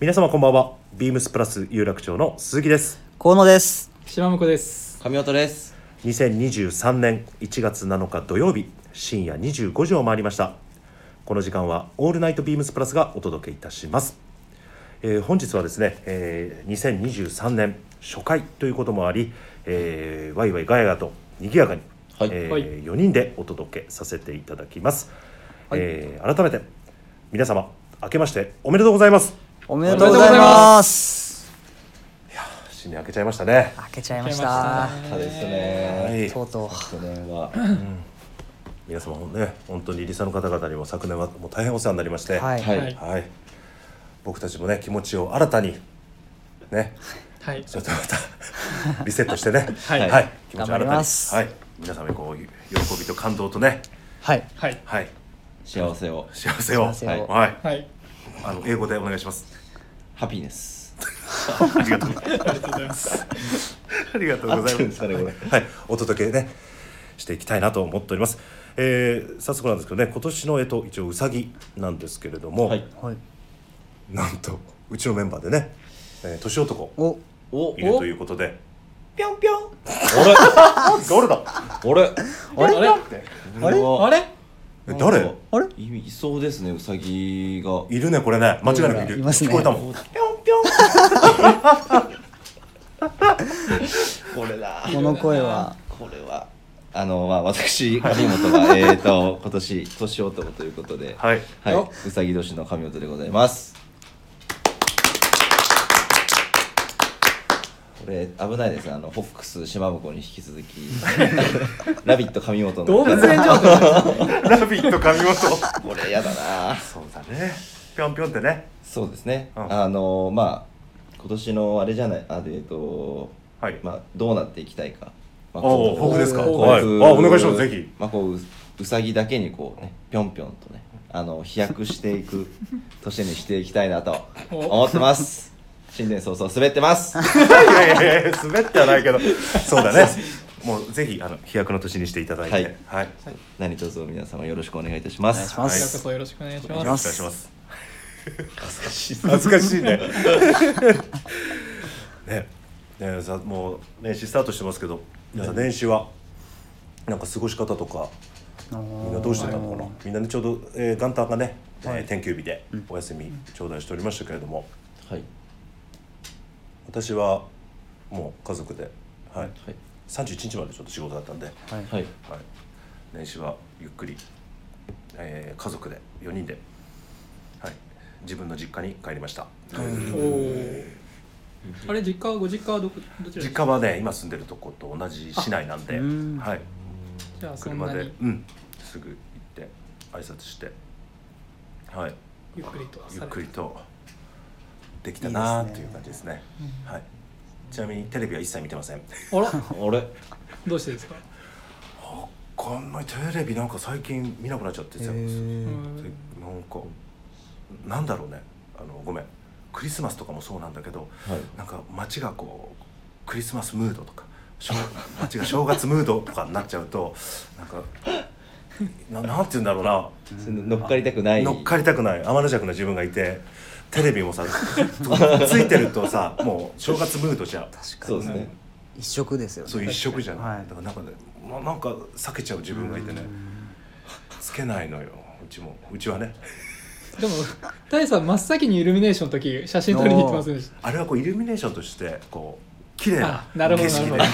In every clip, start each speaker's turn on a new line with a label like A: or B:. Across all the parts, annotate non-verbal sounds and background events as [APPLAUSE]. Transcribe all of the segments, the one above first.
A: 皆様こんばんはビームスプラス有楽町の鈴木です
B: 河野です
C: 島向です
D: 神音です
A: 2023年1月7日土曜日深夜25時を回りましたこの時間はオールナイトビームスプラスがお届けいたします、えー本日はですね、えー2023年初回ということもあり、えー、ワイワイガヤガヤと賑やかに、
D: はい
A: え
C: はい
A: 4人でお届けさせていただきます、えー改めて皆様明けましておめでとうございます
B: おめでとうございます
A: 新年明けちゃいましたね
B: 開けちゃいました
D: そうですね
A: はい
B: とうとう
D: 去年は
A: 皆様もね本当にリサの方々にも昨年はもう大変お世話になりまして
B: はい、
D: は
C: はいい
A: はい僕たちもね気持ちを新たにね
C: はい
A: ちょっとまたリセットして [LAUGHS] ね
C: はい
A: 気持ちを
B: 頑
A: 新
B: 張り
A: た
B: ま
A: に
B: す
A: はい皆様にこう喜びと感動とね
B: はい、
C: はい
A: はい
D: 幸せを
A: 幸せを
B: 幸せを
A: はい
C: はい
A: あの英語でお願いします
D: ハピネス
A: ありがとうございます
C: ありがとうござい
A: ありがとうござ
C: ます
D: 合っ
A: い
D: てるん
A: ま
D: です
A: す
D: かねこ
A: は
D: れ
A: いお届けねしていきたいなと思っておりますえー、早速なんですけどね今年のえっと一応うさぎなんですけれども、
D: はい
B: はい、
A: なんとうちのメンバーでね、えー、年男
B: お
D: お
A: いるということで
D: ぴょんぴょんあ
A: [LAUGHS] 誰だ
D: れあれ
C: あれあ
D: あ
C: れ
D: れ
C: あれ
A: え誰
B: あれ
D: いいそうですねうさぎが
A: いるねこれね間違いなくいる
B: いますね
A: 聞こえたもん
D: ぴょんぴょんこれだ
B: この声は
D: これはあのまあ私神本 [LAUGHS] がえっと今年年男ということで
A: はい [LAUGHS]
D: はい
C: お
D: うさぎ年の神音でございますこれ危ないですねあのフォックス島婿に引き続き [LAUGHS] 「ラビット!」神本の
C: 動物園上手
A: ラビット神本そ
D: これやだな
A: うだねぴょんぴょんってね
D: そうですね、
A: うん
D: あのまあ今年のあれじゃないあえっと、
A: はい
D: まあ、どうなっていきたいか、まあ、
A: おう
D: こう
A: 僕ですか
D: こう
A: はい
D: こう
A: あお願いしますぜひ
D: まあ、こうううさぎだけにこうねぴょんぴょんとねあの飛躍していく年にしていきたいなと
C: お
D: 思ってます新年早々滑ってます
A: いやいやいや滑ってはないけど [LAUGHS] そうだねもうぜひあの飛躍の年にしていただいては
D: はいい、
A: はい、
D: 何卒皆様よろしくお願いいたしま
B: お願い
D: す
B: しま
C: こちらこ
B: す、
C: そよろしくお願いし
A: お
C: ま
A: 願い
C: す
A: し
B: ま
A: ますす恥ずかしいねねねさもう年始スタートしてますけど皆さん年始はなんか過ごし方とかみんなどうしてたのかなみんなねちょうど、えー元旦がね、えー
D: はい
A: 天休日でお休み頂戴しておりましたけれども、
D: はい、
A: 私はもう家族で、はい、
D: はい
A: 31日までちょっと仕事だったんで、はい、
B: はい、
D: はい、
A: 年始はゆっくり、えー家族で4人で、はい、自分の実家に帰りました、
C: おーあれ実家はご実家はどこどちら
A: 実家はね今住んでるとこと同じ市内なんで、
B: あうん
A: はい、
C: じゃあそん
A: 車
C: な
A: で
C: に
A: うんすぐ行って挨拶してはい
C: ゆっくりと
A: ゆっ
C: されて
A: くりとできたなー
B: い
A: と
B: いですね
A: いう感じですねはい、ちなみにテレビは一切見てません
C: あら
D: あれ
C: どうしてですか
A: こんなにテレビなんか最近見なくなっちゃって
B: へ
A: さ、
C: う
B: ー
A: なん
C: ん
A: かなんだろうねあのごめんクリスマスとかもそうなんだけど、
D: はい
A: なんか街がこうクリスマスムードとか正 [LAUGHS] 街が正月ムードとかになっちゃうとなんかななんて言うんだろうな
D: それ乗っかりたくない
A: 乗っかりたくない天の弱な自分がいてテレビもさついてるとさもう正月ムードじゃん
D: そうですね
B: 一色ですよね
A: そう一色じゃない、
B: はい
A: だからなんかねななんか避けちゃう自分がいてねつけないのようちもうちはね
C: でも大さん真っ先にイルミネーションの時写真撮りに行きませんでし
A: あれはこうイルミネーションとしてこう綺麗な
C: あなるほ
A: 景
C: ど
A: 色で
C: なる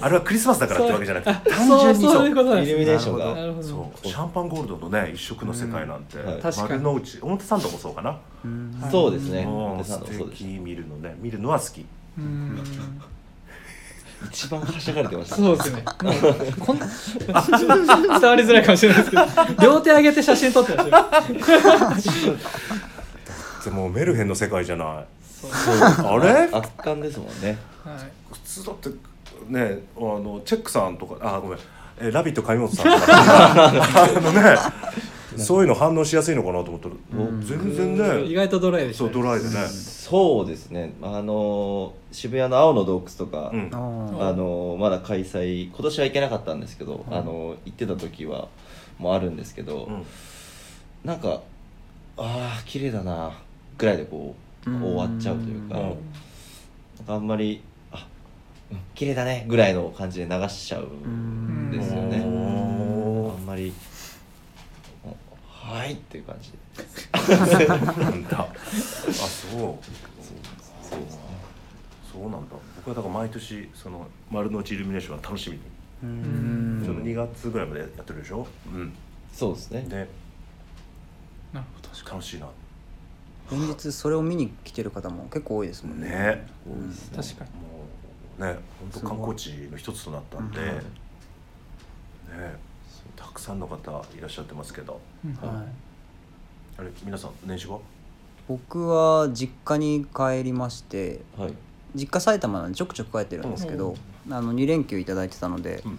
A: あれはクリスマスだ
C: た
A: からってわけじゃなくて単
C: そう
A: 純に
C: そういう
A: そう
C: ことなん
D: イ
C: です
D: ルミ
C: ね
D: ネーション
B: なるほ
C: な
D: が
C: るほど
A: そうシャンパンゴールドのね一色の世界なんて
D: うんはい
C: 確かに
A: 丸の内表参道もそうかな
B: うん
D: そうですね
A: うん
D: で
A: 素
D: さそうです
A: 敵見るのね見るのは好き
C: うーん
D: 一番はしゃがれてました
C: そうですねなんかこんな [LAUGHS] 伝わりづらいかもしれないですけど両手上げて写真撮ってましたよ
A: でもメルヘンの世界じゃない
C: そう
A: あれ
D: 圧巻ですもんね
C: はい
A: 普通だってねあのチェックさんとかあごめん「えラビット!」上本さんとかあのねそういうの反応しやすいのかなと思ったら、全然
C: 意
A: ね
C: 外とドライでし
A: そ
C: た
A: う
C: ね
A: ドライでね、
D: そうですねあの渋谷の青の洞窟とか、
A: うん
B: あ、ー
D: あのまだ開催今年は行けなかったんですけど、
B: うん
D: あの行ってた時はもあるんですけど、
A: うん
D: なんかああ綺麗だなぐらいでこう
B: うん
D: 終わっちゃうというか、
A: うん
D: なんかあんまり「あうん綺麗だね」ぐらいの感じで流しちゃうんですよね。
A: うん
D: あんまり「はい」っていう感じで
A: なんだ。 [LAUGHS] あ、そう。そうそうなんだ。僕はだから毎年その丸の内イルミネーションは楽しみに。
B: うん
A: ちょうど2月ぐらいまでやってるでしょ。うん。
D: そうですね
A: ね、
C: なるほど確か
A: 楽しいな。
B: 連日それを見に来てる方も結構多いですもんね
A: ね。
C: に確かに
A: もうね、本当観光地の一つとなったんで、
B: すごい
A: ね、たくさんの方いらっしゃってますけど、
C: うん
B: はい
A: あれ皆さん年始は？
B: 僕は実家に帰りまして
D: はい
B: 実家埼玉なんでちょくちょく帰ってるんですけど、あの2連休いただいてたので、
A: うん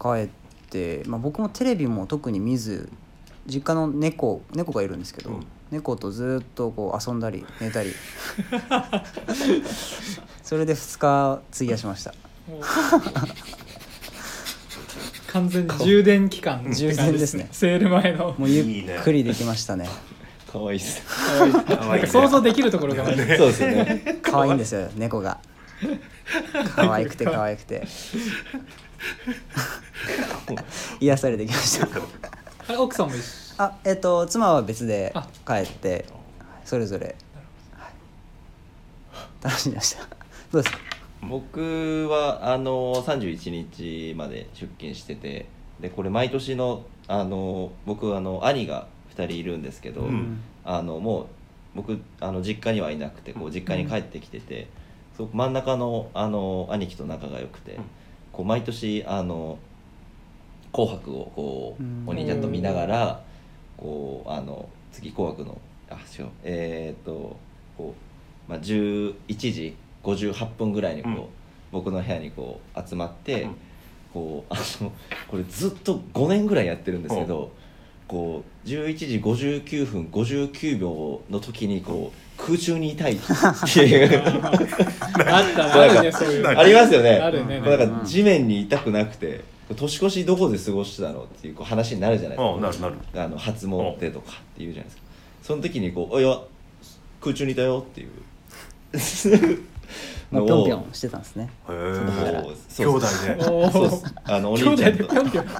B: 帰って、まあ、僕もテレビも特に見ず実家の猫猫がいるんですけど、
A: うん
B: 猫とずっとこう遊んだ
A: [LAUGHS]
B: り寝たりそれで2日費やしました
C: もう [LAUGHS] 完全に充電期間
B: 充電ですね
C: セール前の
B: もうゆっくりできましたね
A: [LAUGHS]
D: 可愛いですね
A: 可愛いね
C: 想像できるところが
D: そうですよ [LAUGHS] ね
B: 可愛いんですよ猫が可愛くて可愛く
A: [LAUGHS]
B: て [LAUGHS] 癒されてきました
C: あれ奥さんも一緒
B: あえっ、と妻は別で
C: あ
B: 帰ってそれぞれ、はい楽しんでましたどうですか
D: 僕はあの31日まで出勤しててでこれ毎年のあの僕あの兄が2人いるんですけど、
A: うん
D: あのもう僕あの実家にはいなくてこう実家に帰ってきてて、すごく真ん中のあの兄貴と仲が良くて、
A: うん
D: こう毎年あの「紅白」をこう、
B: うん
D: お兄ちゃんと見ながらこうあの次「紅白の」あ違うえーっとこう、まあ、11時58分ぐらいにこう、
A: うん
D: 僕の部屋にこう集まって。
A: うん
D: こうあのこれずっと5年ぐらいやってるんですけど、こう11時59分59秒の時にこう空中にいたいっていう
C: あったなあるねそういう
A: なん
D: ありますよね
C: あるね
D: こうなんか地面にいたくなくて年越しどこで過ごしてたのっていうこう話になるじゃないですか、
A: うんなるなる
D: あの初詣とかっていうじゃないですかその時にこう「おいや空中にいた
C: [LAUGHS]
D: よ」っていう
B: もうぴょんぴょんしてたんですね
A: へ
D: の
A: ー
D: を
A: 兄弟ね。
C: おー
D: そうっすあのお
C: 兄
D: 兄
C: 弟
D: ち
C: で
D: ゃん
C: ぴ
D: と
C: ょんぴょん
A: ぴ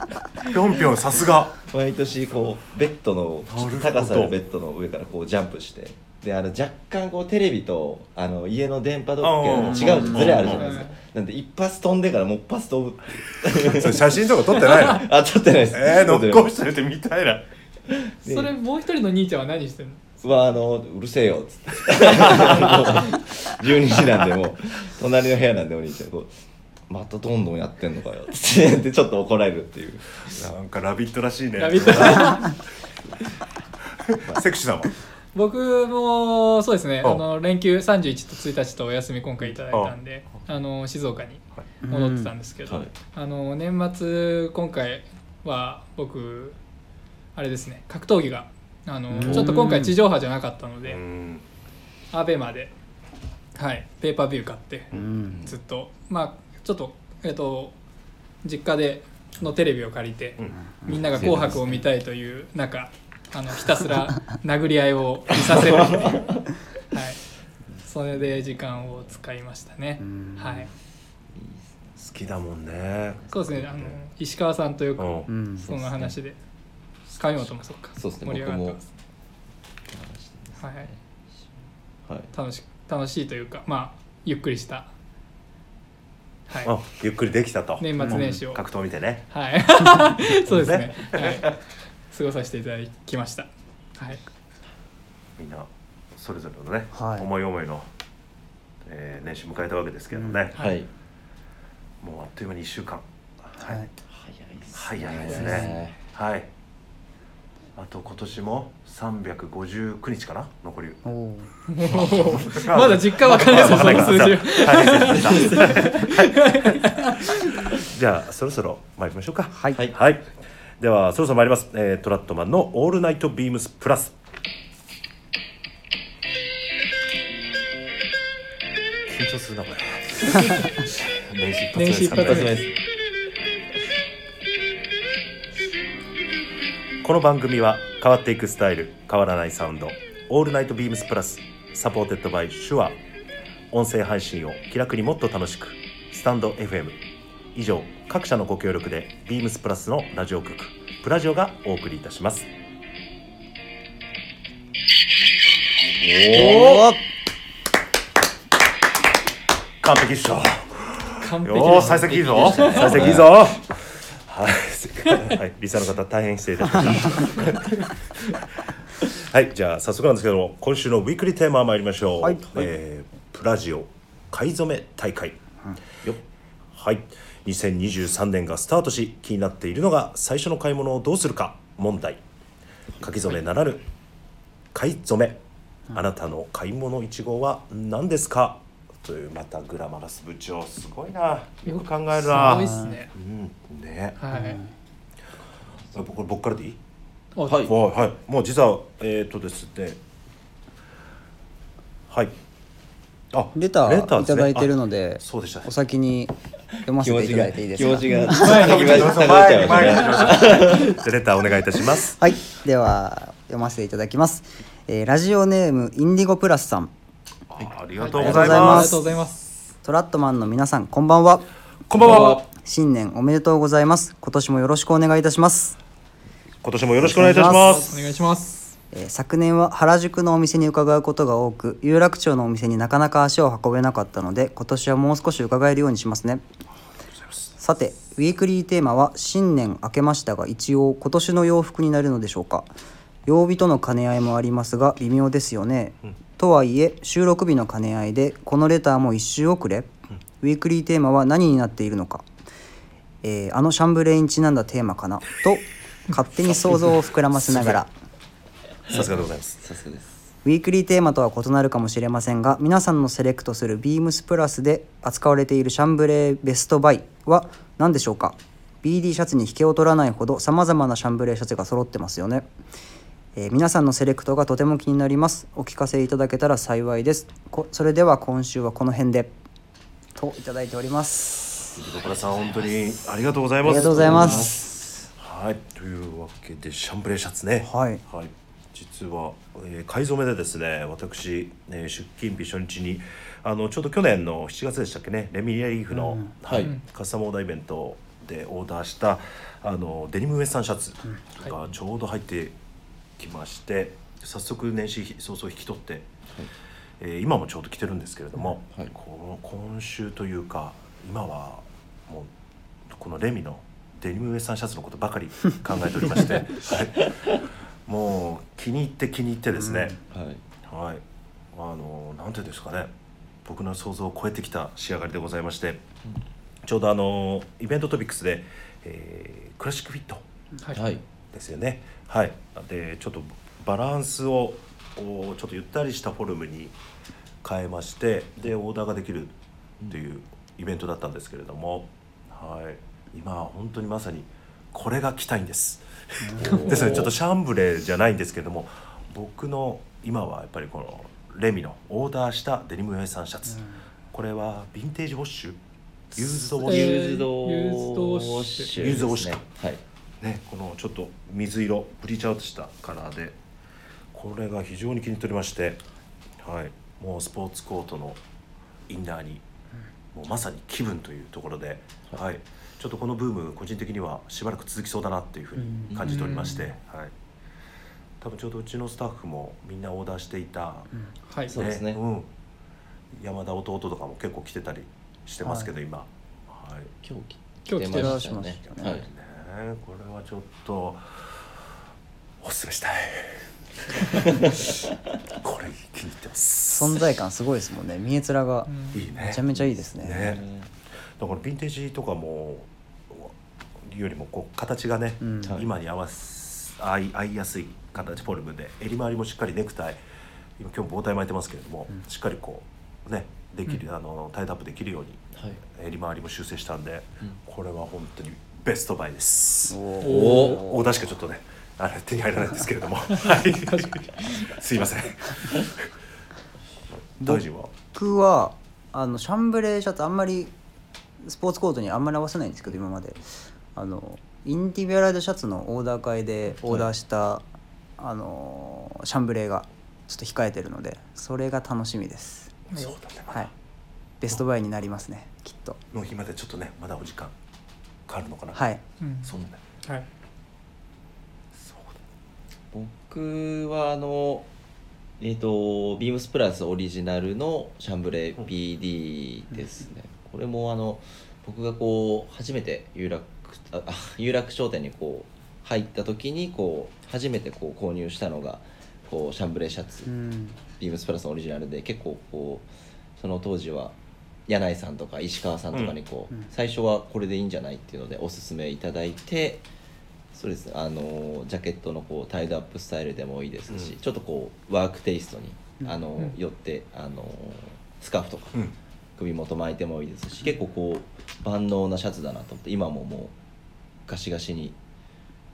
A: ょんぴょんさすが。
D: 毎年こうベッドの
A: なるほど
D: 高さのベッドの上からこうジャンプしてであの若干こうテレビとあの家の電波時計の違
A: うん
D: うずれあるじゃないですか
C: うん
D: なんで一発飛んでからもう一発飛
A: [LAUGHS]
D: ぶ
A: それ写真とか撮ってないの？
D: あ撮ってないです
A: [LAUGHS] えー、
D: 撮ってない
A: 残しといてみたいな。
D: で
C: それもう一人の兄ちゃんは何してるの
D: はあのうるせえよっつって12時なんでもう隣の部屋なんでお兄ちゃんこうまたどんどんやってんのかよっつってでちょっと怒られるっていう
A: なんかラビットらしいね。
C: ラビット
A: セクシーさんは。
C: 僕もそうですね
A: お
C: あの連休31と1日とお休み今回いただいたんであの静岡に戻ってたんですけど、
D: はい
C: あの年末今回は僕あれですね格闘技があの
B: うん
C: ちょっと今回地上波じゃなかったの
A: う
C: で、
A: ん。
C: アベマで、はい、ペーパービュー買って
B: うん
C: ずっとまあちょっとえっと実家でのテレビを借りて、
A: うん
C: みんなが「紅白」を見たいという中あのひたすら殴り合いを見
B: [LAUGHS]
C: させるっていうはいそれで時間を使いましたね
B: うん
C: はい
A: 好きだもんね。
C: そうですねあの石川さんとよく
A: うん
B: う。ん
C: その話で上本もそうか
D: そうですね
C: 盛り上がってますはい
D: はい
C: 楽し楽しいというかまあゆっくりしたはい
A: あ、ゆっくりできたと。
C: 年末年始を
A: 格闘見てね。
C: はいそうですねはい過ごさせていただきましたはい
A: みんなそれぞれのね、
B: はい
A: 思い思いの、えー年始迎えたわけですけどね、
D: はいはい
A: もうあっという間に1週間は、
B: はいい
D: 早
A: 早い
D: い
A: で
D: ですす
A: ね
D: ね
A: はいあと今年も359日かな残り
B: おお
C: まだ実感わかんないですよその数字は
A: じゃあそろそろ参りましょうか
B: はい
D: はい
A: はいではそろそろ参ります、えートラットマンの「オールナイトビームスプラス」緊張するなこれ年始一発目
C: 年始一
D: 一
C: 発
D: 発目です
A: この番組は変わっていくスタイル変わらないサウンド「オールナイトビームスプラス」サポーテッドバイ手話音声配信を気楽にもっと楽しくスタンド FM 以上各社のご協力でビームスプラスのラジオ局プラジオがお送りいたします
D: おお
A: 完璧っしょ
C: 完璧
A: よー
C: です
A: 幸先いいぞ幸先いいぞはいせっかく、はい、リサの方大変失礼いたしましたはいじゃあ早速なんですけども今週のウィークリーテーマ参りましょう、
B: はい
A: えープラジオ買い初め大会
D: よっ
A: はい2023年がスタートし気になっているのが最初の買い物をどうするか問題書き初めならぬ買い初めあなたの買い物一号は何ですかというまたグラマラス部長すごいなよく考えるな
C: すごいっすね
A: うんね
C: はい
A: あこれ僕からでいい
C: お
D: はい
A: はいはいもう実はえっ、とですねはいあ
B: レタ
A: レタ
B: ー
A: ーで
B: い
A: す
B: た
A: ね
B: だいてるので
A: あそうでした
B: お先に読ま
D: 気
B: せて
D: 持
B: い
D: ち
B: ただ
D: が
B: いていいです
D: 気
B: か
D: 持ちが下がっちゃいましたね
A: じゃあレターお願いいたします
B: はい、では読ませていただきます。えーラジオネームインディゴプラスさん、
A: ありがとう
B: う
A: ご
B: ご
A: ざ
B: ざ
A: い
B: い
A: ま
B: ます
C: あり
A: す
C: がとうございます
B: トラットマンの皆さん、こんばんは。
A: こんばんは
B: 新年おめでとうございます。今年もよろしくお願いいたします。
A: 今年もよろしくお願いいたします
C: お願いします
B: えー昨年は原宿のお店に伺うことが多く、有楽町のお店になかなか足を運べなかったので、今年はもう少し伺えるようにしますね。さて、ウィークリーテーマは新年明けましたが、一応今年の洋服になるのでしょうか。曜日との兼ね合いもありますが、微妙ですよね。とはいえ、収録日の兼ね合いで、このレターも一周遅れ、ウィークリーテーマは何になっているのか、えーあのシャンブレーにちなんだテーマかなと、勝手に想像を膨らませながら。
A: さすがでございます
D: さすがです
B: ウィークリーテーマとは異なるかもしれませんが皆さんのセレクトするビームスプラスで扱われているシャンブレーベストバイは何でしょうか BD シャツに引けを取らないほどさまざまなシャンブレーシャツが揃ってますよね、えー皆さんのセレクトがとても気になりますお聞かせいただけたら幸いですこそれでは今週はこの辺でといただいております
A: 小倉さん本当にありがとうござい
B: あ
A: ます
B: りがとうございます
A: はいというわけでシャンブレーシャツね
B: はい
A: 実は、えー、買い初めでですね私、えー出勤日初日にあのちょうど去年の7月でしたっけねレミリアリーフの、
D: はい
A: カスタムオーダーイベントでオーダーしたあのデニムウエスタンシャツがちょうど入ってきまして、早速年始早々引き取って、えー今もちょうど着てるんですけれども、
D: はい
A: この今週というか今はもうこのレミのデニムウエスタンシャツのことばかり考えておりま
D: [LAUGHS]
A: して、はいもう気に入って気に入ってですね、
D: はい
A: はい、あのなんていうんですかね僕の想像を超えてきた仕上がりでございまして、ちょうどあのイベントトピックスで、えークラシックフィット
D: はい
A: ですよねはいでちょっとバランスをおちょっとゆったりしたフォルムに変えましてでオーダーができるっていうイベントだったんですけれども、はい、今は本当にまさにこれが着たいんです。ですねちょっとシャンブレーじゃないんですけれども僕の今はやっぱりこのレミのオーダーしたデニムウエスタンシャツ、これはヴィンテージウォッシュユーズドウォッシ
C: え
A: ュ、
C: ー
D: ユーズド
C: ユーズドウォッシ
A: ュ
D: ユーズドウォッシュですねはい
A: ね、このちょっと水色ブリーチアウトしたカラーでこれが非常に気に入っておりまして、はい、もうスポーツコートのインナーにもうまさに気分というところで、はい、ちょっとこのブーム個人的にはしばらく続きそうだなっていうふうに感じておりまして、はい、多分ちょうどうちのスタッフもみんなオーダーしていた、
C: はい
D: そうですね
A: うん、山田弟とかも結構来てたりしてますけど、今。はい
D: 今日
C: 今日着て
B: ら
D: ま
B: っ
D: し
B: したゃいま
D: ね
B: したね
D: はい
A: ねえこれはちょっとおすすめ
B: [LAUGHS]
A: したいこれ気に入ってます
B: 存在感すごいですもんね見え面が
A: いいね
B: めちゃめちゃいいですね
A: ねだからヴィンテージとかもよりもこう形がね、
B: うん
A: 今に合わす合い合いやすい形フォルムで襟周りもしっかりネクタイ今今日も帽帯巻いてますけれども、しっかりこうねできる、あのタイトアップできるように
D: はい
A: 襟周りも修正したんで、
D: うん
A: これは本当にベストバイです。
B: おー
D: お
A: オーダーしかちょっとねあれ手に入らないんですけれどもはいすいません大臣は
B: 僕はあのシャンブレーシャツあんまりスポーツコートにあんまり合わせないんですけど今まであのインディビュアライドシャツのオーダー会でオーダーした、あのシャンブレーがちょっと控えてるのでそれが楽しみです
A: そうだね、まだ
B: はいベストバイになりますねきっと
A: 納品までちょっとねまだお時間かかるのかな
B: はい
C: うん
A: そうなんだ
C: はい
A: そう
D: 僕はあのえっ、とビームスプラスオリジナルのシャンブレ PD ですね、これもあの僕がこう初めて有楽ああ有楽商店にこう入った時にこう初めてこう購入したのがこうシャンブレシャツ、
B: うん
D: ビームスプラスのオリジナルで結構こうその当時は柳井さんとか石川さんとかにこう、
B: うんうん
D: 最初はこれでいいんじゃないっていうのでおすすめいただいてそうですあのジャケットのこうタイドアップスタイルでもいいですし、
A: うん
D: ちょっとこうワークテイストに、
B: うん
D: あの
C: うん
D: 寄ってあのスカーフとか
A: だうん
D: 首元巻いてもいいですし結構こう万能なシャツだなと思って今ももうガシガシに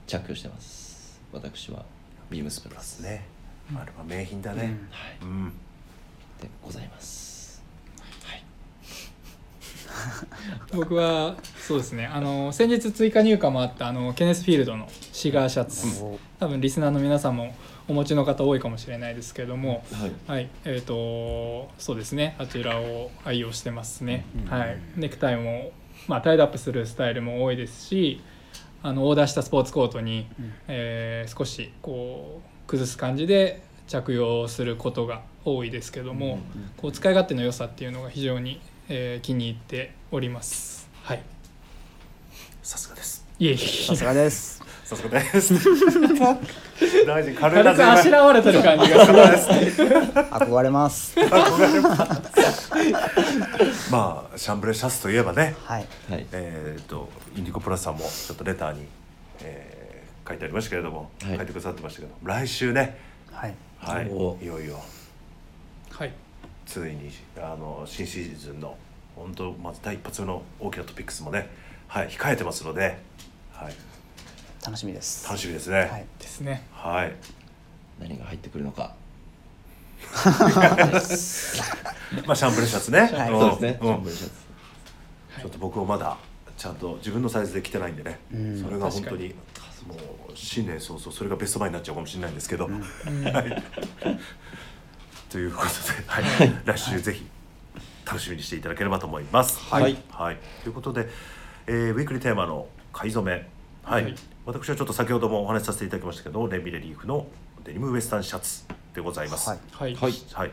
D: 着用してます私はビームスプ
A: プ
D: ラ
A: ラ
D: ス
A: スねあれは名品だ
B: う
A: ね
B: ん
D: はい
A: うん、
D: でございます。はい。
C: 僕はそうですねあの先日追加入荷もあったあのケネスフィールドのシガーシャツ、
B: お
C: 多分リスナーの皆さんもお持ちの方多いかもしれないですけれども
D: はい。
C: はいえっ、とそうですねあちらを愛用してますね、
B: うん
C: はいネクタイも、まあ、タイドアップするスタイルも多いですしあのオーダーしたスポーツコートに、
B: うん
C: えー少しこう崩す感じで着用することが多いですけども、こう使い勝手の良さっていうのが非常に、えー気に入っております。はい。
A: さすがです
C: いえいえ。
B: さすがです
A: さすがです大臣軽い
C: 軽
A: な
C: くあしらわれてる感じがすごい。
B: 憧れます
A: まあシャンブレシャツといえばね
B: はい
D: はい。
A: えー、とインディゴプラスさんもちょっとレターに、えー書いてありましたけれども、
D: はい
A: 書いてくださってましたけど来週ね、
B: はい
A: はい、
D: お
A: いよいよ
C: はい。
A: ついにあの新シーズンの本当まず第一発目の大きなトピックスもね、はい、控えてますので、はい、
B: 楽しみです
A: 楽
B: し
A: しみですね。
B: はい
C: ですね。
A: はい、
D: 何が入ってくるのか。
A: まあシャンブレシャツね。
B: はい
A: ん
D: そうですね。
A: うん
D: シャンブレシャツ
A: ちょっと僕もまだちゃんと自分のサイズで着てないんでね、
B: うん
A: それが本当
C: 確か
A: にもう新年早々それがベストバイになっちゃうかもしれないんですけど、はいということで、はい、来週ぜひ楽しみにしていただければと思います。
D: はい
A: はい、ということで、えーウィークリーテーマの「買い初め」はい、
C: はい
A: 私はちょっと先ほどもお話しさせていただきましたけどレミレリーフのデニムウエスタンシャツでございます。
B: はい
C: はい。
D: はい。
A: はい、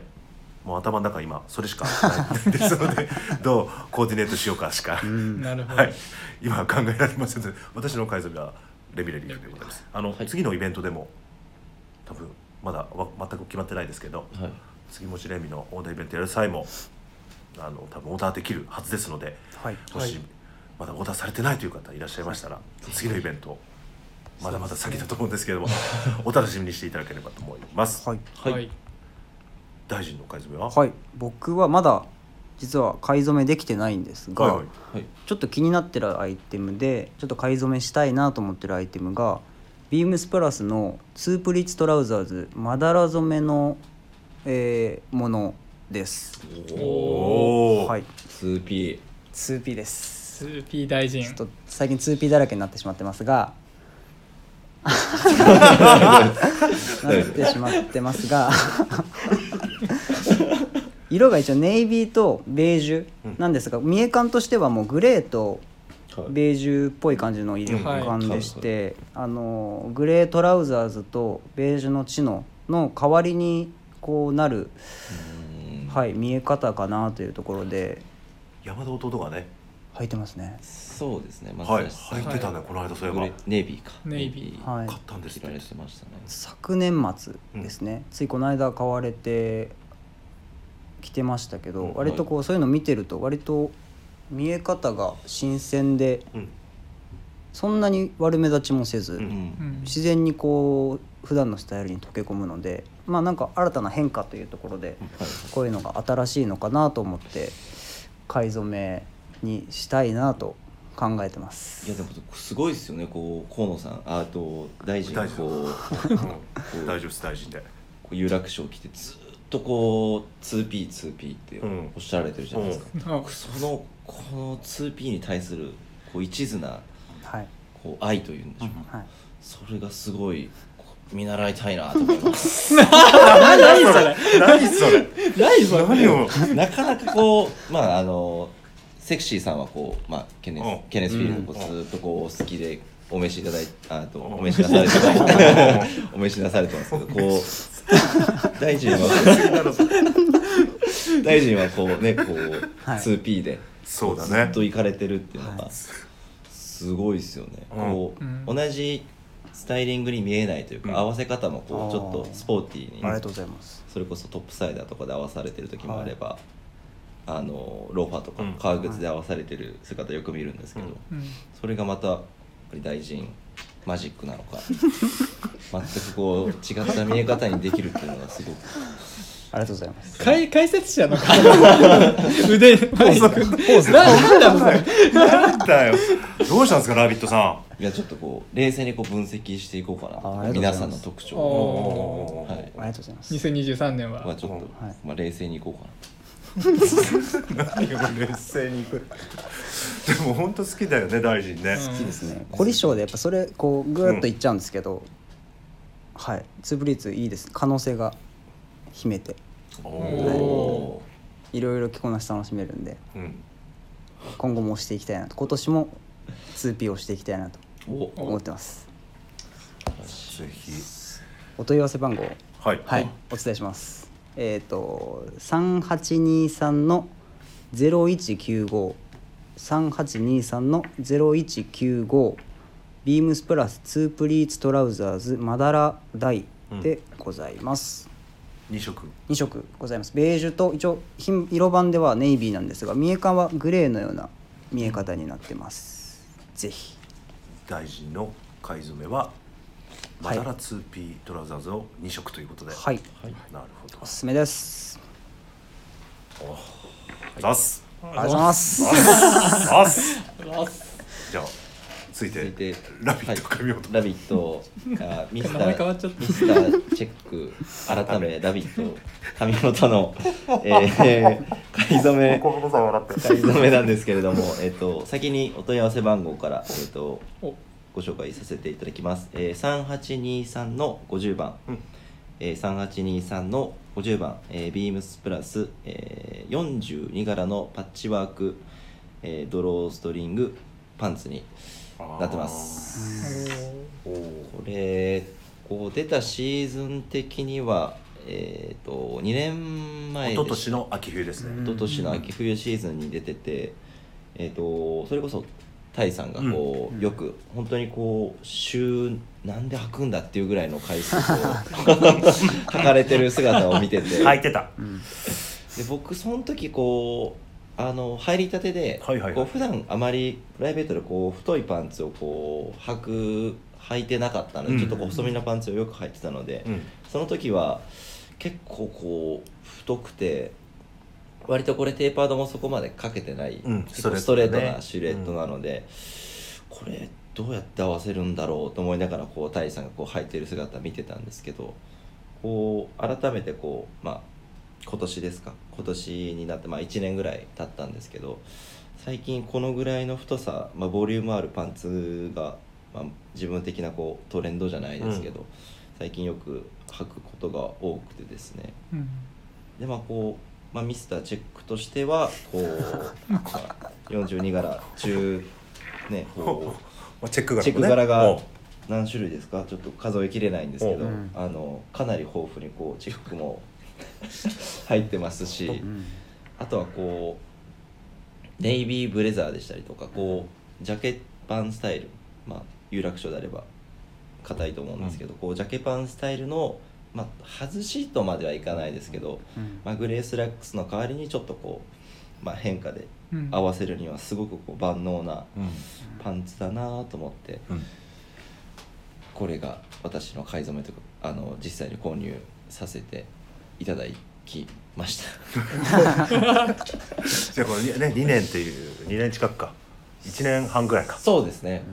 A: もう頭の中今それしかないですのでどうコーディネートしようかしか、
C: なるほど。
A: はい、今は考えられませんので私の買い初めはレミレリーフでございますあの、
D: はい
A: 次のイベントでも多分まだわ全く決まってないですけど
D: はい。
A: 杉持レミのオーダーイベントやる際もあの多分オーダーできるはずですので
B: はい
A: もしまだオーダーされてないという方いらっしゃいましたら次のイベントまだまだ先だと思うんですけれども、お楽しみにしていただければと思います、
B: はい
C: は
D: はいい。
A: 大臣の買い初めは
B: はい僕はまだ実は買い初めできてないんですが、
A: はいはい
D: はい。
B: ちょっと気になってるアイテムでちょっと買い初めしたいなと思ってるアイテムがビームスプラスのツープリッツトラウザーズまだら染めの、えーものです
A: おお、
B: はい
D: ツーピ
B: 2P です
C: スーピー大臣
B: ちょっ。と最近 2P だらけになってしまってますがなってしまってますが色が一応ネイビーとベージュなんですが、見え感としてはもうグレーと
D: ー。はい。
B: ベージュっぽい感じの色感でして、あのグレートラウザーズとベージュのチノの代わりにこうなる、
D: うん
B: はい、見え方かなというところで
A: 山田弟がね、
B: 履いてますね。
D: そうですね。松
A: はい、
D: 橋さん。
A: 入ってたね、
C: はい
A: この間そういえ
D: グ
A: ば
D: レネイビーか。
C: ネイビー
B: はい
A: 買ったんです
D: 着
A: って
D: られてましたね。。
B: 昨年末ですね、ついこの間買われて着てましたけど、
A: うん
B: 割とこうそういうの見てると割と見え方が新鮮で
A: うん、
B: そんなに悪目立ちもせず、
A: うん
C: うんん。
B: 自然にこう普段のスタイルに溶け込むのでまあなんか新たな変化というところで
D: はい。
B: こういうのが新しいのかなと思って買い初めにしたいなと考えてます
D: いやでもすごいですよね。こう河野さん、ああと大臣が
A: 大臣
D: こう
A: うん大丈夫です大臣で
D: こう有楽町来てずっとこう 2P、2P って
A: うん
D: おっしゃられてるじゃないですか。
C: あ
D: そのこの 2P に対するこう一途な
B: はい
D: こう愛というんでしょうか、
B: はい
D: それがすごいこ見習いたいなと思います
A: 何それ何それ
C: ないぞ
A: 何を
D: なかなかこうまああのセクシーさんはこう、まあ、ケネス、
A: うん
D: ケネスフィールドこ
A: う
D: うんずっとこう好きでお召しいただいあと
A: ん
D: お召しなされてますお召しなされてますけどこう大臣は大臣はこうねこう、
B: はい
D: 2P で
A: そうだ
D: ず
A: ね
D: っと行かれてるっていうのが、
B: はい
D: すごいですよね、
A: うん
D: こう
C: うん
D: 同じスタイリングに見えないというか、
A: うん
D: 合わせ方もこ
B: あー
D: うちょっとスポーティーに
B: ありがとうございます
D: それこそトップサイダーとかで合わされてる時もあれば、あのローファーとか革靴で合わされてる姿よく見るんですけど、
A: うん
C: うん
D: それがまたやっぱり大臣マジックなのか [LAUGHS] 全くこう違った見え方にできるっていうのがすごく
B: ありがとうございます
C: 解解説者の方腕マイクななんだろうそれ
A: なんだよどうしたんですかラビットさ
D: いやちょっとこう冷静にこう分析していこうかな
B: ああ
D: と
B: りが
D: 皆
B: とうござ
D: さ
B: い
D: ん
B: ま
D: の
B: す
D: 特徴
A: ん
D: を
A: お
D: は
A: ー
D: い
B: ありがとうございます
C: 2023年は、
D: まあちょっと、
B: はい
D: まあ冷静にいこうかな
A: 何を冷静にいくでも本当好きだよね大臣ね
C: うん
B: いいですね凝り性でやっぱそれこうグーッといっちゃうんですけど、はいツーブリーツいいです可能性が秘めて
A: お
C: お
A: お
B: いろいろ着こなし楽しめるんで
A: ーうん
B: 今後も押していきたいなと今年も 2P をしていきたいなと
D: お
B: 思ってます
A: ぜひ
B: お問い合わせ番号
A: はい
B: はいお伝えしますえっ、と3823の01953823の0195ビームスプラス2プリーツトラウザーズマダラダイでございます、
A: 二色
B: 2色ございますベージュと一応品色版ではネイビーなんですが見え感はグレーのような見え方になってますぜひ
A: 大臣の買い初めはマ
B: はい
A: ダラ 2P トラウザーズを二色ということで
B: はい
A: なるほど
B: おすすめです
A: ざす
B: ありがとうございます
A: ざす
C: ラス
A: じゃあついて
D: 続いて
A: ラビット髪を
D: ラビットあミスタ
C: 名前変わっちゃっ
D: ー
C: た
D: ミスターチェック改めラビット髪型の、えー、買い初め
A: 心さん笑って
D: 買い初めなんですけれども、えっと先にお問い合わせ番号から、えっと
C: お
D: ご紹介させていただきます、えー、3823の50番、
A: うん
D: えー、3823の50番、えー、ビームスプラス、えー、42柄のパッチワーク、えー、ドローストリングパンツになってます
A: おー
D: これこう出たシーズン的にはえっ、と2年前
A: 一
D: で
A: 昨年の秋冬ですね
D: 一昨年の秋冬シーズンに出てて、えー、とそれこそタイさんがこう、よく本当にこう週なんで履くんだっていうぐらいの
A: [LAUGHS]
D: 回数を履かれてる姿を見
A: [LAUGHS]
D: てて、
A: 履いてた
D: で僕その時こうあの入りたてで、
A: はいはいはい
D: こう普段あまりプライベートでこう太いパンツをこう履く履いてなかったので、
A: うん
D: ちょっとこう細身のパンツをよく履いてたので、
A: うん
D: その時は結構こう太くて割とこれテーパードもそこまでかけてない、
A: うん
D: 結構
A: ス
D: ス
A: ト
D: ト
A: レ
D: レ
A: ー
D: ー
A: トね
D: トなシルエットなので、これどうやって合わせるんだろうと思いながらこうタイさんがこう履いてる姿見てたんですけどこう改めてこうまあ今年ですか今年になってまあ1年ぐらい経ったんですけど最近このぐらいの太さ、まあ、ボリュームあるパンツが、まあ、自分的なこうトレンドじゃないですけど、最近よく履くことが多くてですね
C: うん
D: でまあこう、まあ、ミスターチェックとしてはこう、まあ、42柄中ねこ
A: まあチェック柄もね
D: うチェック柄が
A: お
D: 何種類ですかちょっと数えきれないんですけど、
A: うん
D: あのかなり豊富にこうチェックも [LAUGHS] 入ってますし。
B: うん
D: あとはこうネイビーブレザーでしたりとかこうジャケパンスタイルまあ有楽町であれば硬いと思うんですけど、こうジャケパンスタイルの、まあ、外しとまではいかないですけど、
B: うん
D: まあ、グレースラックスの代わりにちょっとこう、まあ、変化で
C: うん
D: 合わせるにはすごくこう万能な
A: うん
D: パンツだなと思って
A: うん
D: これが私の買い初めというかあの実際に購入させていただき
A: [LAUGHS]
D: ました。
A: じゃあこれね2年っていう2年近くか1年半ぐらいか
D: そうですね、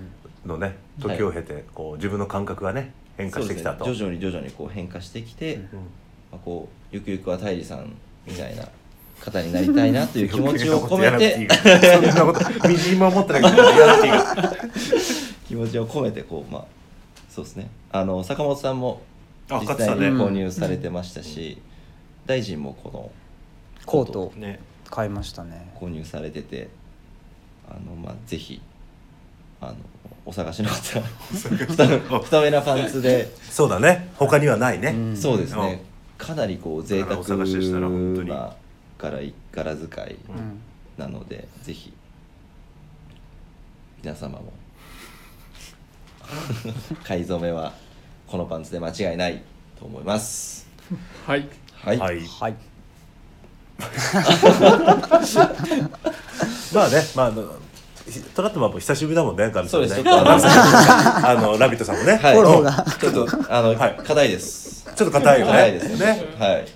A: のね時を経てこう自分の感覚がね変化してきたと
D: そうですね徐々に徐々にこう変化してきて、
B: うん
A: うん
D: まあ、こうゆくゆくは大理さんみたいな方になりたいなという気持ちを
A: [LAUGHS]
D: 込めて
A: そんなことみじんも思ってないけどやらなくていいよ
D: 気持ちを込めてこうまあそうですねあの坂本さんも
A: あ
D: 実
A: 買って
D: 際
A: た
D: に
A: ね
D: 購入されてましたし、大臣もこの
B: コートを
A: ね
B: 買いましたね
D: 購入されててあのまあぜひあのお探しの方太め太めなパンツで、
A: そうだね他にはないね、
B: うん
D: そうですねかなりこう贅沢
A: お探ししたら本当に
D: な柄い柄使い
B: うん
D: なので、ぜひ皆様も [LAUGHS] 買い初めはこのパンツで間違いないと思います
C: はい
D: はい、
A: はい、
B: はい
A: まあねまああのひトラットマンも久しぶりだもんねガルさんね
D: そうですちょっと
A: [LAUGHS] あのラビットさんもね、
D: はい
B: フォローが
D: ちょっとあの、
A: はい
D: 課題です
A: ちょっと硬いよね
D: 課題です
A: ね
D: はい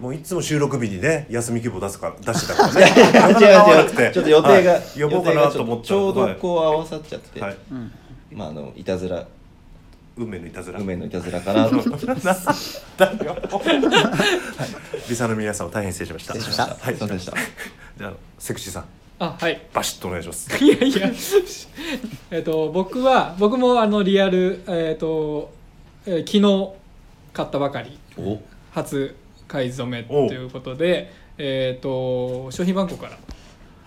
A: もういつも収録日にね休み規模出すから出してたからねな
D: [LAUGHS]
A: かなか合わなくて
D: ちょっと予定が、
A: はい呼ぼうかなと思った
D: ちょうどこう合わさっちゃって、
A: はい、はい、
B: うん
D: まああのいたずら
A: 運命のいたずら [LAUGHS]
D: 梅のいたずらかなと思って
A: だよ。はいリサの皆さんも大変失礼しました。
D: 失礼しました
A: はい、
D: すいませんでした
A: じゃあセクシーさん
C: あはい
A: バシッとお願いします。
C: いやいや、えっと、僕は、僕もあのリアル、えっと、えー昨日買ったばかり、
D: お
C: 初買い初めということで、えっと、商品番号から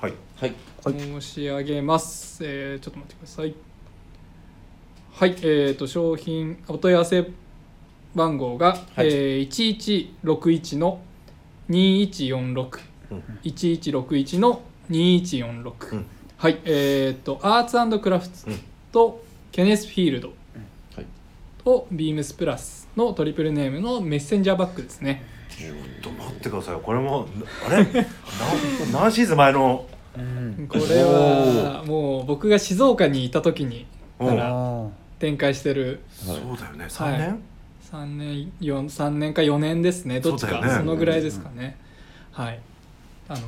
A: はい。
D: はい
B: はい
C: 申し上げます。えーちょっと待ってください。はい、えっと、商品、お問い合わせ番号が、
D: はい
C: えー1161の2146、
A: うん
C: 1161の2146。
A: うん
C: はい、えっ、と、アーツクラフト
A: うん
C: とケネスフィールド
D: はい
C: とビームスプラスのトリプルネームのメッセンジャーバッグですね。
A: ちょっと待ってください。これもあれ何何シーズン前の
B: うん
C: これはもう僕が静岡にいた時に
A: うん
C: だから
B: あ
C: 展開してる
A: そうだよね。三年、
C: 3年4 3年か4年ですね、どっち
A: そう
C: か、
A: だよね
C: そのぐらいですかね。はい。あの、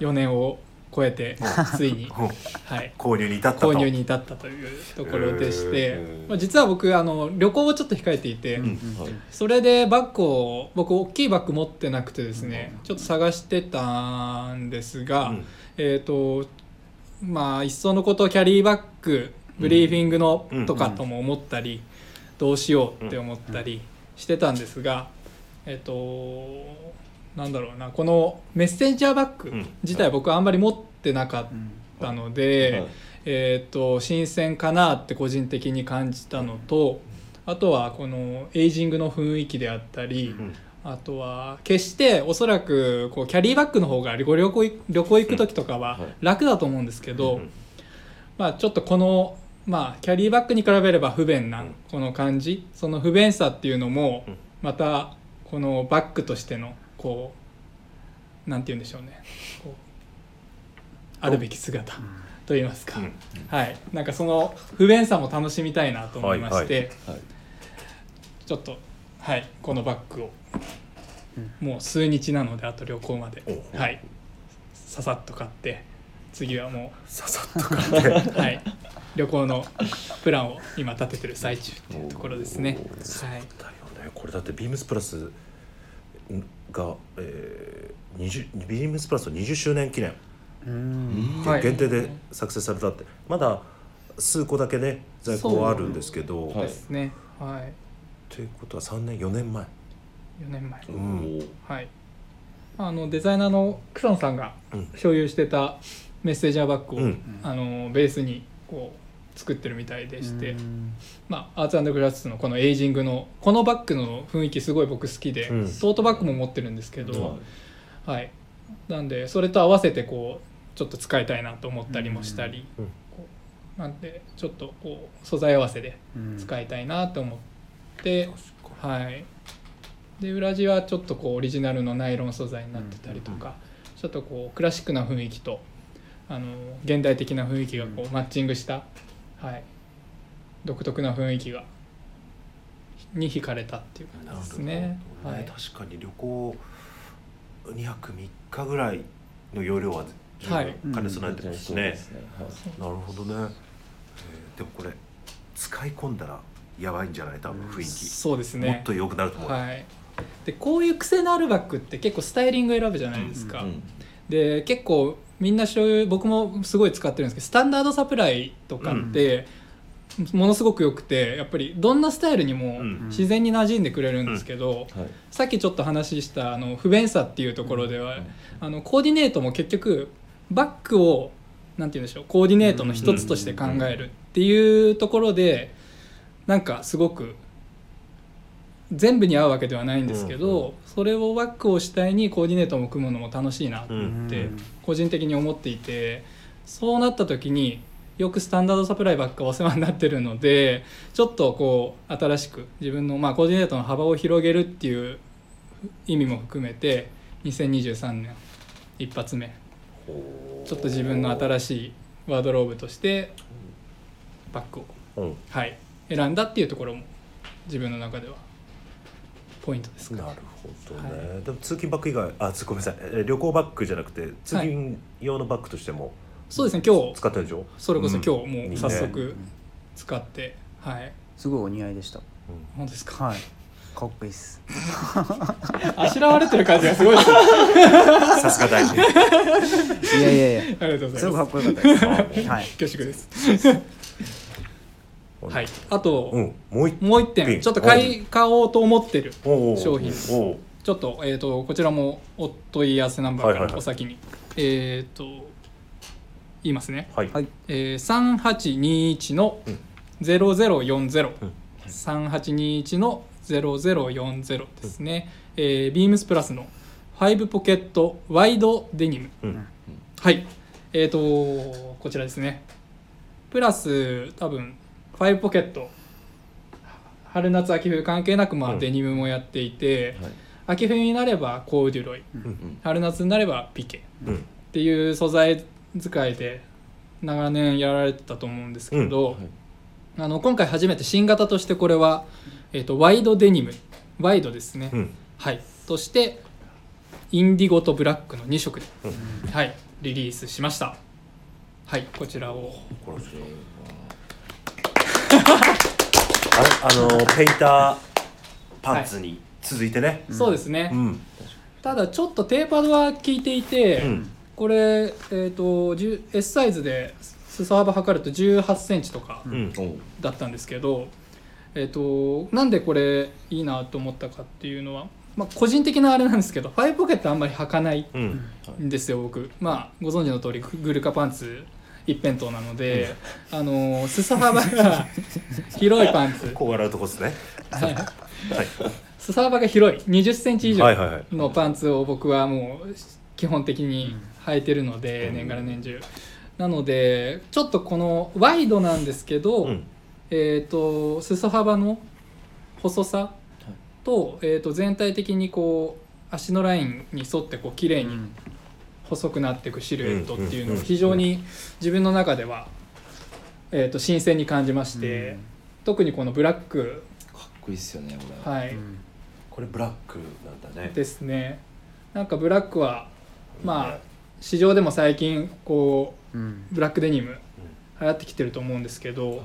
C: 4年を超えて、ついに、
A: うん
C: はい。
A: 購入に至ったと。
C: 購入に至ったというところでして、
A: えー
C: まあ、実は僕あの旅行をちょっと控えていて、
A: う。
B: ーうんん
D: はい
C: それでバッグを僕大きいバッグ持ってなくてですね、ちょっと探してたんですが、
A: うん
C: えっ、とまあ一層のことキャリーバッグブリーフィングのとかとも思ったり、どうしようって思ったりしてたんですが、えっ、となんだろうなこのメッセンジャーバッグ
A: うん
C: 自体僕あんまり持ってなかっ
B: うん
C: たので、
D: はい
C: えー、と新鮮かなって個人的に感じたのとあとはこのエイジングの雰囲気であったり、
A: うん
C: あとは決しておそらくこうキャリーバッグの方がご旅行い旅行行く時とかは
D: うんはい
C: 楽だと思うんですけど、
A: うん
C: まあ、ちょっとこの、まあ、キャリーバッグに比べれば不便な
A: うん
C: この感じその不便さっていうのも
A: うん
C: またこのバッグとしてのこうなんて言うんでしょうねこうあるべき姿と言いますか、
A: うん
C: はいなんかその不便さも楽しみたいなと思いまして、
A: は
D: はい
C: ちょっとはいこのバッグをもう数日なのであと旅行まで
A: お
C: はいささっと買って次はもう
A: ささっと [LAUGHS] 買って。
D: [LAUGHS]
C: はい、旅行のプランを今立ててる最中っていうところですね。はい、
A: だよね。これだってビームスプラスが、えー、20ビームスプラスの20周年記念。
B: うん
A: で
C: はい
A: 限定で作成されたってまだ数個だけね在庫はあるんですけど、
D: そうはい
C: ですね。はい、
A: ということは3年4年前
C: 4年前。
A: うん
C: はい。あのデザイナーのクソンさんが
A: うん
C: 所有してたメッセージャーバッグを、
A: うん
C: あのベースにこう作ってるみたいでして、
B: うん
C: まあアーツグラスのこのエイジングのこのバッグの雰囲気すごい僕好きで、
A: うん
C: トートバッグも持ってるんですけど、
D: は
C: はい、なんでそれと合わせてこうちょっと使いたいなと思ったりもしたり、
A: うん
C: こうなんでちょっとこう素材合わせで
B: うん
C: 使いたいなと思って、はい、で裏地はちょっとこうオリジナルのナイロン素材になってたりとか、ちょっとこうクラシックな雰囲気とあの現代的な雰囲気がこうマッチングした、はい、独特な雰囲気がに惹かれたっていう
A: な
C: 感
A: る
C: じ
A: ほ
C: です
A: ど
C: ね
A: ね。
C: はい
A: 確かに旅行2泊3日ぐらいの容量は十
C: はい
A: 分兼ね備えてますしね、
D: はい
A: なるほどね、えーでもこれ使い込んだらやばいんじゃない多分雰囲気、
C: そうですね
A: もっと良くなると思う、
C: はい、でこういう癖のあるバッグって結構スタイリング選ぶじゃないですか、
D: うん
C: で結構みんな所有僕もすごい使ってるんですけどスタンダードサプライとかって、ものすごく良くてやっぱりどんなスタイルにも
A: うん
C: 自然に馴染んでくれるんですけど、
D: はい
C: さっきちょっと話したあの不便さっていうところでは、
D: うん
C: あのコーディネートも結局バックをなんて言うんでしょうコーディネートの一つとして考えるっていうところでなんかすごく全部に合うわけではないんですけど、
A: うんう
C: それをバックを主体にコーディネートも組むのも楽しいなって
A: うん
C: って個人的に思っていてそうなった時によくスタンダードサプライばっかお世話になってるのでちょっとこう新しく自分のまあコーディネートの幅を広げるっていう意味も含めて2023年一発目ちょっと自分の新しいワードローブとしてバッグを、
A: うん
C: はい、選んだっていうところも自分の中ではポイントですか
A: なるほどね、
C: は
A: でも通勤バッグ以外あつごめんなさいえ旅行バッグじゃなくて通勤用のバッグとしても
C: そうですね今日
A: 使ってるでしょ、
C: それこそ
A: うん
C: 今日もう早
A: い
C: 速使って、はい
B: すごいお似合いでした
C: 本当ですか
B: はいかっこいいっす
C: あしらわれてる感じがすごいですあ
A: さすが大臣
B: いやいやいや
C: りがとうご
B: す
C: ざい
B: ごくか
C: ま
B: っこよかったです
A: あ
B: はい
C: す恐縮です [LAUGHS] はいあと、
A: うんもう一
C: もう一
A: ピン
C: 点ちょっと買い買おうと思ってる
A: おうおう
C: 商品
A: おう
C: ちょっと,、えー、とこちらもお問い合わせナンバー
A: はいは
C: か
A: い
C: ら
A: はい
C: お先に、えっ、と言いますね、
A: はい、
B: はい
C: えー、3821の
A: うん
C: 0040、
A: うん
C: 3821の0040ですね、えー、ビームスプラスの5ポケットワイドデニム
A: うん
C: はい。えっ、と、こちらですね。プラス、多分、ファイブポケット。春夏秋冬関係なく、ま
A: う
C: あ、
A: ん
C: デニムもやっていて、
D: はい
C: 秋冬になればコーデュロイ、
D: ん
C: 春夏になればピケっ
A: うん
C: ていう素材使いで長年やられてたと思うんですけど、
D: うんはい
C: あの今回初めて新型としてこれは、えー、とワイドデニムワイドですね、
A: うん
C: はい、としてインディゴとブラックの2色で、
A: う
C: はい、リリースしましたはいこちらを
A: これ
C: [LAUGHS]
A: あれあのペイターパンツに続いてね、
C: そうですね、
A: うん
C: ただちょっとテーパードは効いていて、
A: うん
C: これ、えー、と10 S サイズで裾幅測ると1 8ンチとか
A: うん
D: おう
C: だったんですけど、えー、となんでこれいいなと思ったかっていうのは、まあ、個人的なあれなんですけどファイブポケットあんまり履かない
A: うん
C: んですよ僕まあご存知の通りグルカパンツ一辺倒なので、あのー裾幅が広いパンツ
A: こう洗うとこですね
C: はい
A: はい
C: 裾幅が広い2 0センチ以
A: はい
C: 上
A: はいはい
C: のパンツを僕はもう基本的に履いてるので、
A: うん
C: 年がら年中なのでちょっとこのワイドなんですけど、
A: うん
C: えー、と裾幅の細さと,、えー、と全体的にこう足のラインに沿ってこう綺麗に細くなっていくシルエットっていうの
A: うん
C: が
A: うん
C: 非常に自分の中では、えー、と新鮮に感じまして、特にこのブラック、
D: かっこいいっすよねこれ
C: はい
A: これブラックなんだね
C: ですねなんかブラックはま
A: いい
C: あ
A: ね
C: 市場でも最近こ
B: うん
C: うブラックデニム流行ってきてると思うんですけど、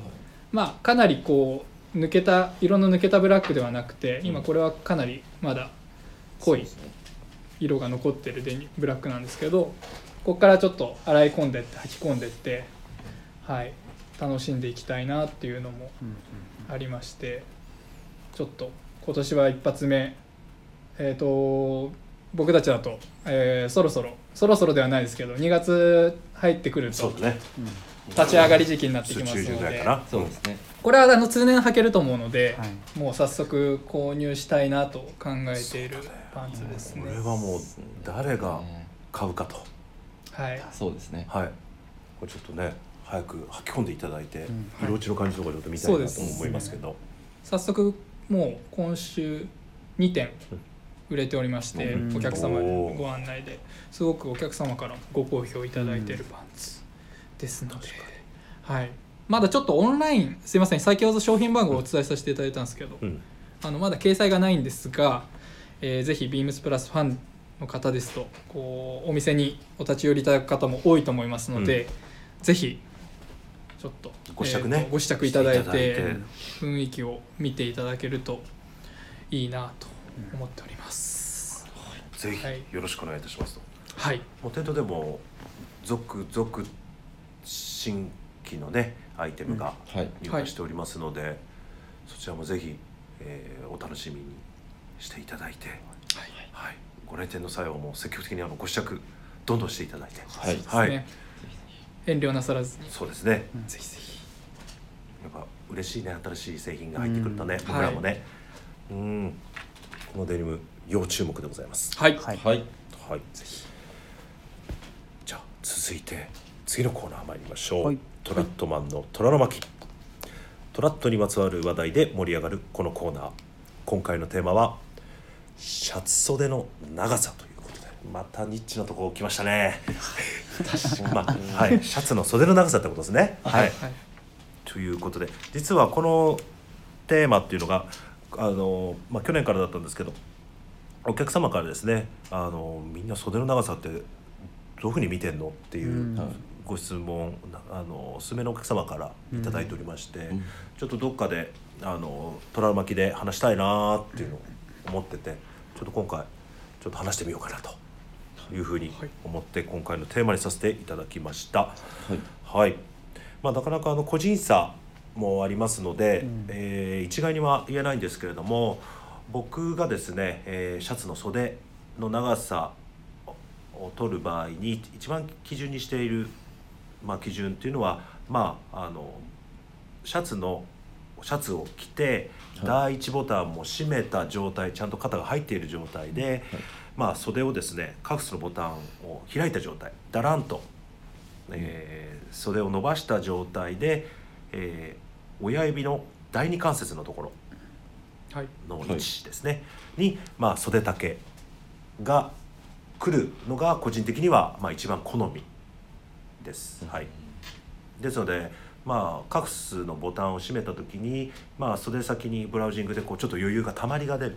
C: まあ、かなりこう抜けた色の抜けたブラックではなくて今これはかなりまだ濃い色が残ってるデニブラックなんですけどここからちょっと洗い込んでって履き込んでって、はい、楽しんでいきたいなっていうのも
B: うん
C: ありましてちょっと今年は一発目えっ、と僕たちだと、えーそろそろそろそろではないですけど2月入ってくる
A: そ
C: と
A: うだね
C: 立ち上がり時期になってき
A: 中
C: ます
A: 中
C: の
A: ぐらい
C: で
A: かな
D: そうですね
C: これはあの通年履けると思うので、
B: はい
C: もう早速購入したいなと考えているパンツです
A: こ
C: ね
A: れはもう誰が買うかと
C: はい
D: そうですね
A: はいこれちょっとね早く履き込んでいただいて、
B: ん
A: 色落ちの感じとかちょっと見たいなと思いますけど
C: 早速もう今週2点売れておりまして、
B: うん
C: お客様
A: おー
C: にご案内ですごくお客様からもご好評いただいているパンツですので、はい、まだちょっとオンラインすいません先ほど商品番号をお伝えさせていただいたんですけど、
A: うん
C: あのまだ掲載がないんですが、えーぜひビームスプラスファンの方ですとこうお店にお立ち寄りいただく方も多いと思いますので、ぜひちょっと
A: ご試着ね
C: えーとご試着いただいて
A: していただいて
C: 雰囲気を見ていただけるといいなと思っております、
A: ぜ
C: は
A: ひ
C: い
A: よろしくお願いいたしますと、
C: はい
A: もうテントでも続々新期のねアイテムが
D: はい
A: 入荷しておりますので、そちらもぜひ、えーお楽しみにしていただいて、はい、ご来店の際はもう積極的にあのご試着どんどんしていただいて、
D: はい
A: はい
C: ね遠慮なさらずに
A: そうですね、
B: うん
A: ぜひぜひやっぱ嬉しいね新しい製品が入ってくるとね、
C: ん
A: 僕らもね、うんこのデニム要注目でございます
C: はい
B: はい
D: はい
A: はいぜひじゃあ続いて次のコーナー参りましょう、
B: はい
A: トラットマンの虎の巻トラットにまつわる話題で盛り上がるこのコーナー今回のテーマはシャツ袖の長さということでまたニッチなとこ来ましたねまあはい、シャツの袖の長さってことですねはい
C: はい
A: ということで実はこのテーマっていうのがあの、まあ、去年からだったんですけどお客様からですねあのみんな袖の長さってどういうふうに見てんのっていううん
D: はい
A: ご質問なあのおすすめのお客様から頂いただいておりまして、
D: うん
A: ちょっとどっかであの虎巻きで話したいなーっていうのを思っててちょっと今回ちょっと話してみようかなというふうに思って今回のテーマにさせていただきました。
D: はい
A: はいまあ、なかなかあの個人差もありますので、
B: ん
A: えー一概には言えないんですけれども僕がですね、えーシャツの袖の長さを取る場合に一番基準にしている、まあ、基準っていうのは、まあ、あのシャツのシャツを着て、
D: は
A: 第一ボタンも閉めた状態ちゃんと肩が入っている状態で、まあ、袖をですねカフスのボタンを開いた状態だらんとえー袖を伸ばした状態で、えー親指の第二関節のところ
C: はい
A: の位置ですね、に、まあ、袖丈が来るのが個人的には、まあ、一番好みです。はい、ですので、まあ、カフスのボタンを閉めた時に、まあ、袖先にブラウジングでこうちょっと余裕がたまりが出る、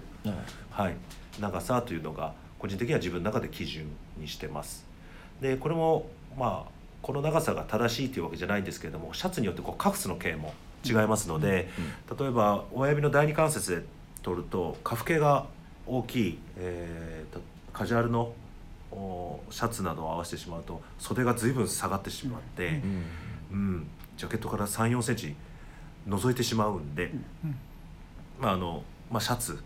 D: はい
A: はい、長さというのが個人的には自分の中で基準にしてます。でこれもまあこの長さが正しいというわけじゃないんですけれどもシャツによってこうカフスの径も違いますので、例えば親指の第二関節で取るとカフ径が大きい、えーとカジュアルのおシャツなどを合わせてしまうと袖が随分下がってしまって。
D: うん
A: うん、ジャケットから3 4センチ覗いてしまうんで、
C: うん
A: まああのまあ、シャツ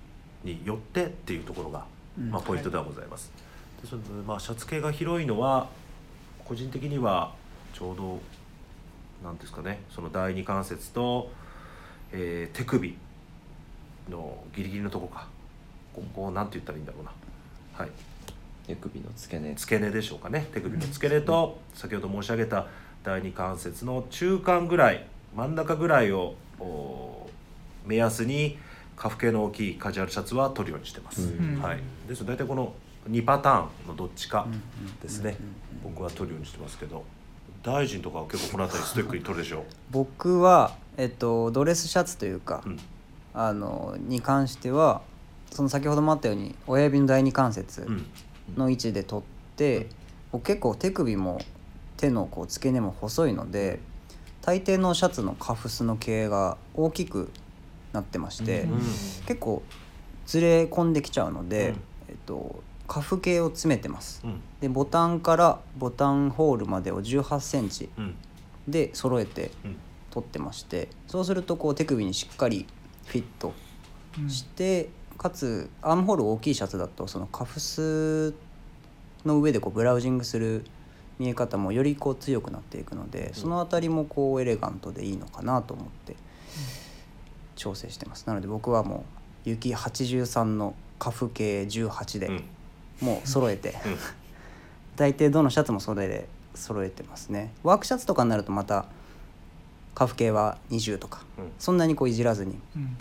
A: によってっていうところが、
B: うん
A: まあ、ポイントではございます。ですので、まあ、シャツ系が広いのは個人的にはちょうどなんですかねその第二関節と、えー手首のギリギリのとこかここをなんて言ったらいいんだろうな。はい、
D: 手首の付け根
A: 付け根でしょうかね手首の付け根と先ほど申し上げた第二関節の中間ぐらい真ん中ぐらいをお目安にカフ系の大きいカジュアルシャツは取るようにしてます、
C: うん
A: はい、ですので大体この2パターンのどっちか
B: うんうん
A: ですね僕は取るようにしてますけど大臣とかは結構この辺りストイックに取るでしょ
B: 僕は、えっと、ドレスシャツというか、
A: う、うん
B: あのに関してはその先ほどもあったように親指の第二関節
A: うん、
B: の位置で取って、僕結構手首も手のこう付け根も細いので大抵のシャツのカフスの径が大きくなってまして、
C: うん
B: 結構ずれ込んできちゃうので、
A: うん
B: えっと、カフ径を詰めてます
A: うん
B: でボタンからボタンホールまでを1 8センチ
A: うん
B: で揃えて
A: うん
B: 取ってましてそうするとこう手首にしっかりフィット
C: うん
B: してかつアームホール大きいシャツだとそのカフスの上でこうブラウジングする見え方もよりこう強くなっていくのでその辺りもこうエレガントでいいのかなと思って調整してますなので僕はもう雪83のカフ系18
A: うん
B: でもう揃えて、 [LAUGHS] 大抵どのシャツもそれで揃えてますねワークシャツとかになるとまたカフ系は20とか
A: うん
B: そんなにこういじらずに
C: うん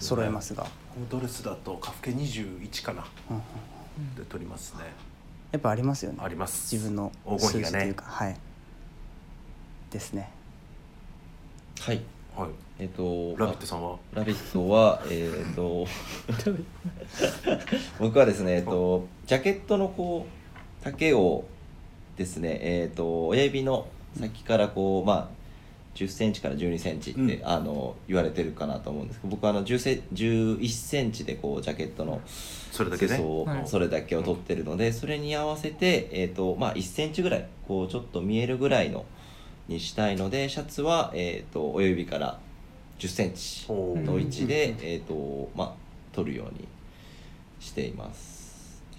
B: 揃えますすが、
A: ドレスだとカフケ21かな
B: うんうん
A: で取りますね
B: やっぱありますよね
A: あります
B: 自分の
A: 黄金
B: 数
A: 比
B: 字
A: が
B: とい
A: ね
B: うか、はいですね
D: はい
A: はい
D: えっと
A: ラビットさんは
D: ラビットは、えー
A: [LAUGHS]
D: っと僕はですね、えっと、ジャケットのこう丈をですね、えーっと親指の先からこう、まあ、1 0ンチから1 2センチって、
A: うん
D: あの言われてるかなと思うんですけど僕はあの10セ11センチでこうジャケットの
A: それだけね
D: 裾を
C: はい
D: それだけを取ってるのでそれに合わせて、えーっとまあ、1センチぐらいこうちょっと見えるぐらいのにしたいのでシャツは、えー、と親指から1 0センチ
A: おー
D: の位置
C: う
D: で、
C: ん
D: えーとまあ、取るようにしています。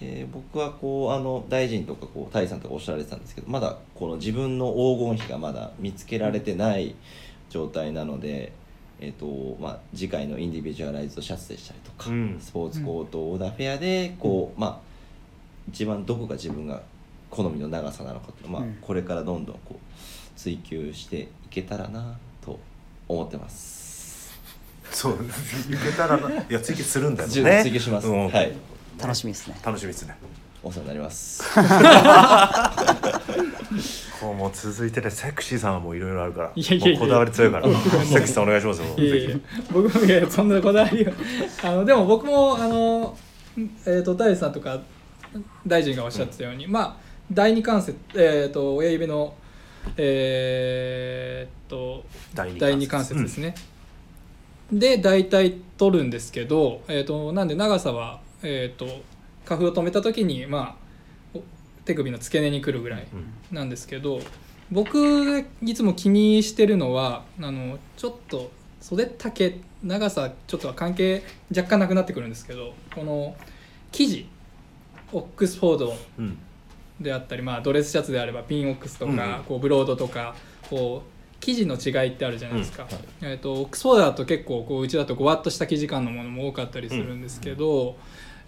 D: で僕はこうあの大臣とかこう大さんとかおっしゃられてたんですけどまだこの自分の黄金比がまだ見つけられてない状態なので、えっとまあ、次回のインディビジュアライズドシャツでしたりとか、
A: うん
D: スポーツコートオーダーフェアでこう、まあ、一番どこが自分が好みの長さなのかというのをま
B: う
D: あ
B: ん、
D: これからどんどんこう追求していけたらなと思ってます。
A: そう [LAUGHS] 行けたらないや追求するんだよ
D: 追
A: ね
D: 求します、
A: うん
D: はい
B: 楽しみですね
A: 楽しみですね
D: お世話になります。
A: こうもう続いてねセクシーさんはもういろいろあるから
C: いやいやいや
A: もうこだわり強いから
C: うん
A: セクシーさんお願いしますよ
C: いやいや僕もいやそんなこだわりはあのでも僕もあの、えー、と大地さんとか大臣がおっしゃってたように、まあ第二関節、えー、と親指のえー、と
A: 第二関節
C: 第二関節ですね、で大体取るんですけど、えー、となんで長さは、えー、と花粉を止めた時に、まあ、お手首の付け根に来るぐらい
A: うん
C: なんですけど僕がいつも気にしてるのはあのちょっと袖丈長さちょっとは関係若干なくなってくるんですけどこの生地オックスフォード
A: うん
C: であったり、まあ、ドレスシャツであればピンオックスとか、
A: うん
C: こうブロードとかこう生地の違いってあるじゃないですか、
D: うんはい
C: えー、とオックスフォードだと結構こううちだとごわっとした生地感のものも多かったりするんですけど、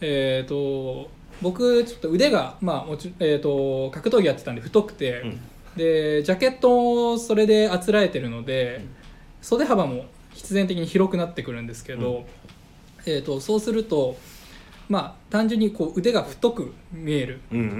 C: えっ、と僕ちょっと腕が、まあもちえー、と格闘技やってたんで太くて、
A: うん
C: でジャケットをそれであつらえてるので、袖幅も必然的に広くなってくるんですけど、
A: うん
C: えー、とそうすると、まあ、単純にこう腕が太く見える
A: うんうんう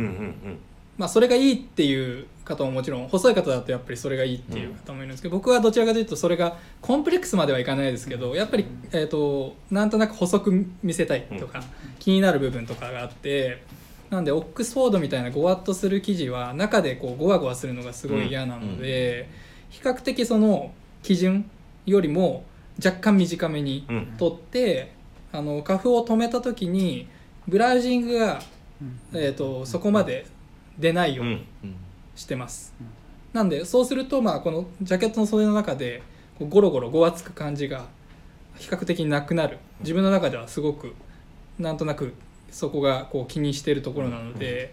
A: ん
C: まあ、それがいいっていう方ももちろん細い方だとやっぱりそれがいいっていう方もいるんですけど、僕はどちらかというとそれがコンプレックスまではいかないですけどやっぱり、えー、となんとなく細く見せたいとか、気になる部分とかがあってなんでオックスフォードみたいなごわっとする生地は中でこうごわごわするのがすごい嫌なので、比較的その基準よりも若干短めに
A: うんうん
C: 取ってあの花粉を止めた時にブラウジングが
B: うん
C: えー、とそこまで出ないよ
A: う
C: うに
A: ん
C: してます、
B: うん
C: なんでそうすると、まあ、このジャケットの袖の中でこうゴロゴロごわつく感じが比較的なくなる自分の中ではすごくなんとなくそこがこう気にしてるところなので、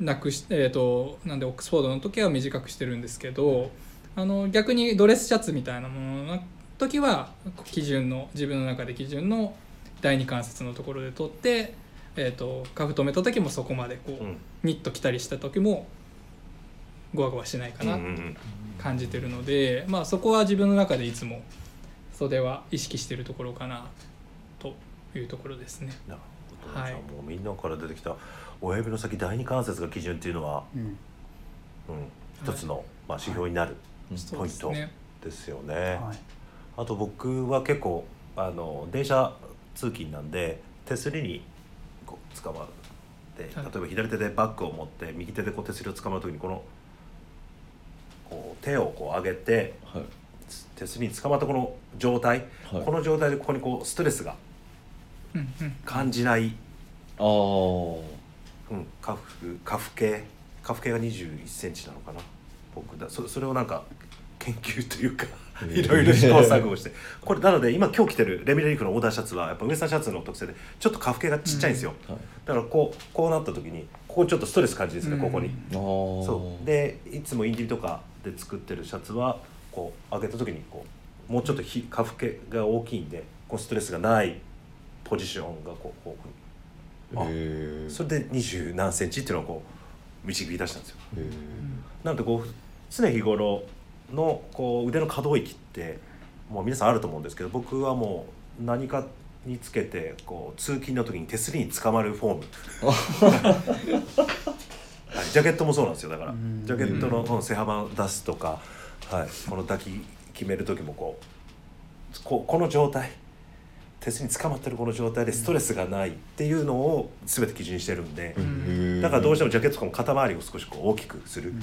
C: なくしえー、となんでオックスフォードの時は短くしてるんですけどあの逆にドレスシャツみたいなものの時は基準の自分の中で基準の第二関節のところで取って、えー、とカフ止めた時もそこまでこう、
A: うん
C: ニット着たりした時もゴワゴワしないか
A: うんう
C: なん感じてるので、まあそこは自分の中でいつも袖は意識してるところかなというところですね。
A: なるほど、
C: はい
A: じゃあもうみんなから出てきた親指の先第二関節が基準っていうのは、
B: うん
A: うん、一つの、まあ、指標になる
C: そう
A: ポ
C: で
A: イン
C: す
A: ト
C: ね。
A: ですよね。
B: はい
A: あと僕は結構あの電車通勤なんで手すりにこう捕まって例
C: はい
A: えば左手でバッグを持って右手でこう手すりを捕まる時にこのこう手をこう上げて
D: はい
A: つ手すりに捕まったこの状態、
D: はい
A: この状態でここにこうストレスが
C: うんうん。
A: 感じない、
D: ああ
A: うん、カフカフ系カフ系が2 1センチなのかな僕だそそれをなんか研究というか
D: えー
A: いろいろ試行錯誤してこれなので今今日着てるレミレリーフのオーダーシャツはやっぱウエスタンシャツの特性でちょっとカフ系がちっちゃいんですよ、
D: はい
A: だからこうこうなった時にここちょっとストレス感じるんですね、
C: うん
A: ここに
D: あー
A: そうでいつもインディビとかで作ってるシャツはこう上げた時にこうもうちょっとひカフ系が大きいんでこうストレスがないポジションがこうこうあ
D: へえ
A: それで二十何センチっていうのをこう導き出したんですよ
D: へえ
A: なのでこう常日頃のこう腕の可動域ってもう皆さんあると思うんですけど僕はもう何かにつけてこう通勤の時に手すりにつかまるフォームはいジャケットもそうなんですよだから
B: うん
A: ジャケットのうん背幅を出すとか、はい、この抱き決める時もこうここの状態手すりにつかまってるこの状態でストレスがないっていうのを全て基準にしてるんで、
D: へえ
A: だからどうしてもジャケットとかも肩周りを少しこう大きくする。
B: うん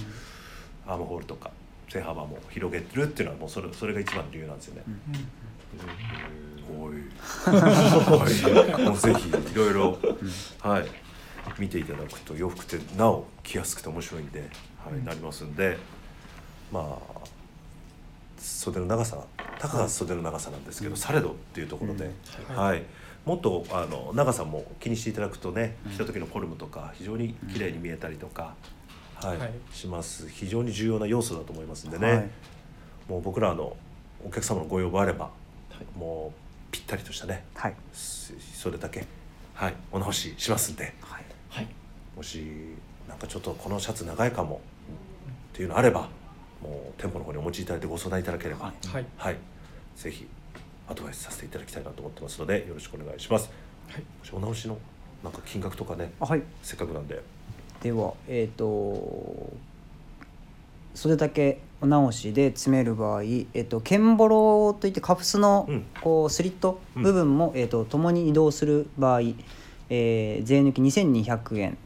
A: アームホールとか背幅も広げるっていうのはもうそれそれが一番の理由なんですよね。おいはいもうぜひいろいろはい見ていただくと洋服ってなお着やすくて面白いんで、はい、なりますんでまあ袖の長さたかが袖の長さなんですけど、されどっていうところで、
C: うん
A: はいもっとあの長さも気にしていただくとね、着た時のフォルムとか非常に綺麗に見えたりとか、はい
C: はい
A: します非常に重要な要素だと思いますんでね、
B: はい
A: もう僕らのお客様のご要望あれば、もうぴったりとしたね
B: はい
A: すそれだけ、はい、お直ししますんで
B: はい
D: はい
A: もしなんかちょっとこのシャツ長いかもっていうのあればもう店舗の方にお持ちいただいてご相談いただければ、
C: はい
A: はい、ぜひアドバイスさせていただきたいなと思ってますのでよろしくお願いします。
C: はい
A: もしお直しのなんか金額とかね、
B: あはい
A: せっかくなんで、
B: ではえっ、と袖だけお直しで詰める場合、えっとケンボロといってカフスの
A: うん
B: こうスリット部分も、えっと共に移動する場合、えー税抜き2200円、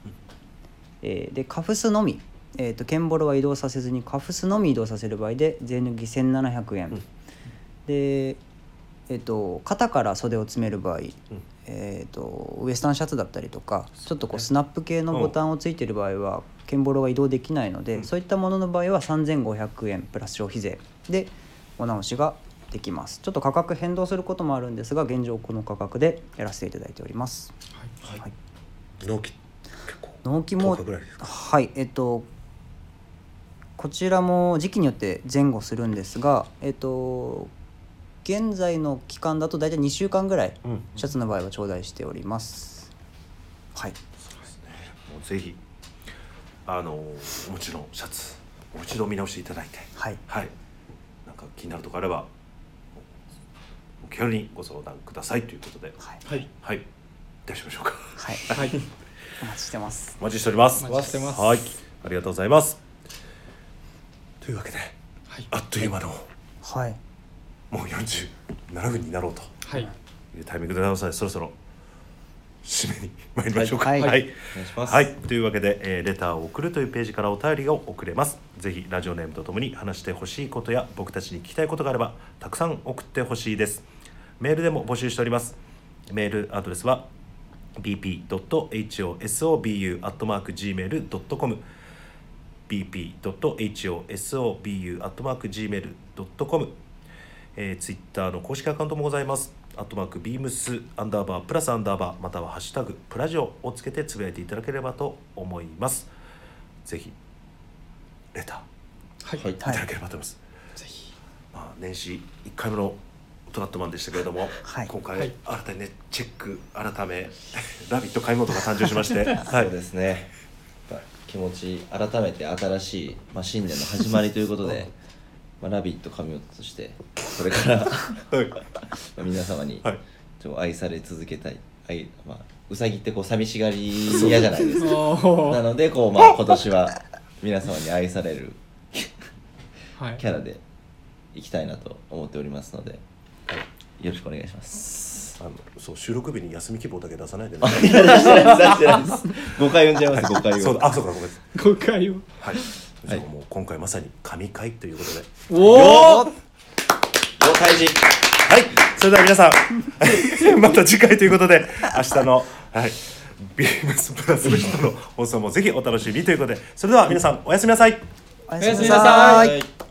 B: えーでカフスのみ、えっとケンボロは移動させずにカフスのみ移動させる場合で税抜き1700円、
A: うん
B: で、えっと肩から袖を詰める場合、
A: うん
B: えー、とウエスタンシャツだったりとかちょっとこうスナップ系の
A: うん
B: ボタンをついてる場合はケンボロが移動できないので、
A: うん
B: そういったものの場合は3500円プラス消費税でお直しができますちょっと価格変動することもあるんですが現状この価格でやらせていただいております
A: はい
B: はい
A: 納期結構
B: 納期も
A: 10日ぐらいですか。
B: はいえっとこちらも時期によって前後するんですがえっと現在の期間だと大体2週間ぐらい
A: うん、
B: シャツの場合は頂戴しております。はい。
A: もうぜひあのもちろんシャツもう一度見直していただいて、
B: はい。
A: はい、なんか気になるとこあればお気軽にご相談くださいということで、
B: はい。
C: はい
A: はい、出しましょうか。 [LAUGHS]
B: はい。
C: はい
B: お待ちしてます。
A: お待ちしております。
C: お待ちしてます
A: はい、ありがとうございます。というわけで、
C: はい
A: あっという間の
B: はい。
A: もう47分になろうと
C: はい
A: いうタイミングでございますので、そろそろ締めに参りましょうか。
B: はい
A: は
B: はいい
D: お願いします
A: はい、というわけで、えーレターを送るというページからお便りを送れます。ぜひラジオネームとともに話してほしいことや僕たちに聞きたいことがあればたくさん送ってほしいです。メールでも募集しております。メールアドレスは bp.hosobu@gmail.com bp.hosobu.gmail.com えー、ツイッターの公式アカウントもございます。アットマークビームスアンダーバープラスアンダーバーまたはハッシュタグプラジオをつけてつぶやいていただければと思います。ぜひレタ
C: はい
D: はい
A: ーいただければと思います。
C: ぜひ
A: まあ年始一回目のトラットマンでしたけれども、
B: はい
A: 今回、
C: はい
A: 新たにねチェック改め [LAUGHS] ラビット買い物が誕生しまして、は
D: そうですねやっぱ気持ち改めて新しい、まあ、新年の始まりということで「まあ、ラビット!」神音としてこれからま
A: はい
D: あ [LAUGHS] 皆様に
A: はい
D: ちょっと愛され続けたい愛、まあ、うさぎってこう寂しがり嫌じゃないですか
C: おー
D: なのでこう、まあ、今年は皆様に愛される
C: はい
D: キャラでいきたいなと思っておりますので、はいよろしくお願いします。 [LAUGHS]
A: あのそう収録日に休み希望だけ出さないでね。
D: いや出してないです出してないです誤解呼んじゃいます誤解を。
A: そうだあそうかごめんなさい。
C: [LAUGHS] 誤解を
A: はい。じゃあもう今回まさに神回ということで。
C: おお
D: 誤解人。
A: はい、それでは皆さん、 [LAUGHS] また次回ということで、明日の、はい、ビームスプラスの人の放送もぜひお楽しみにということで、それでは皆さん、おやすみなさい。
B: おや
C: おやすみなさい
D: はい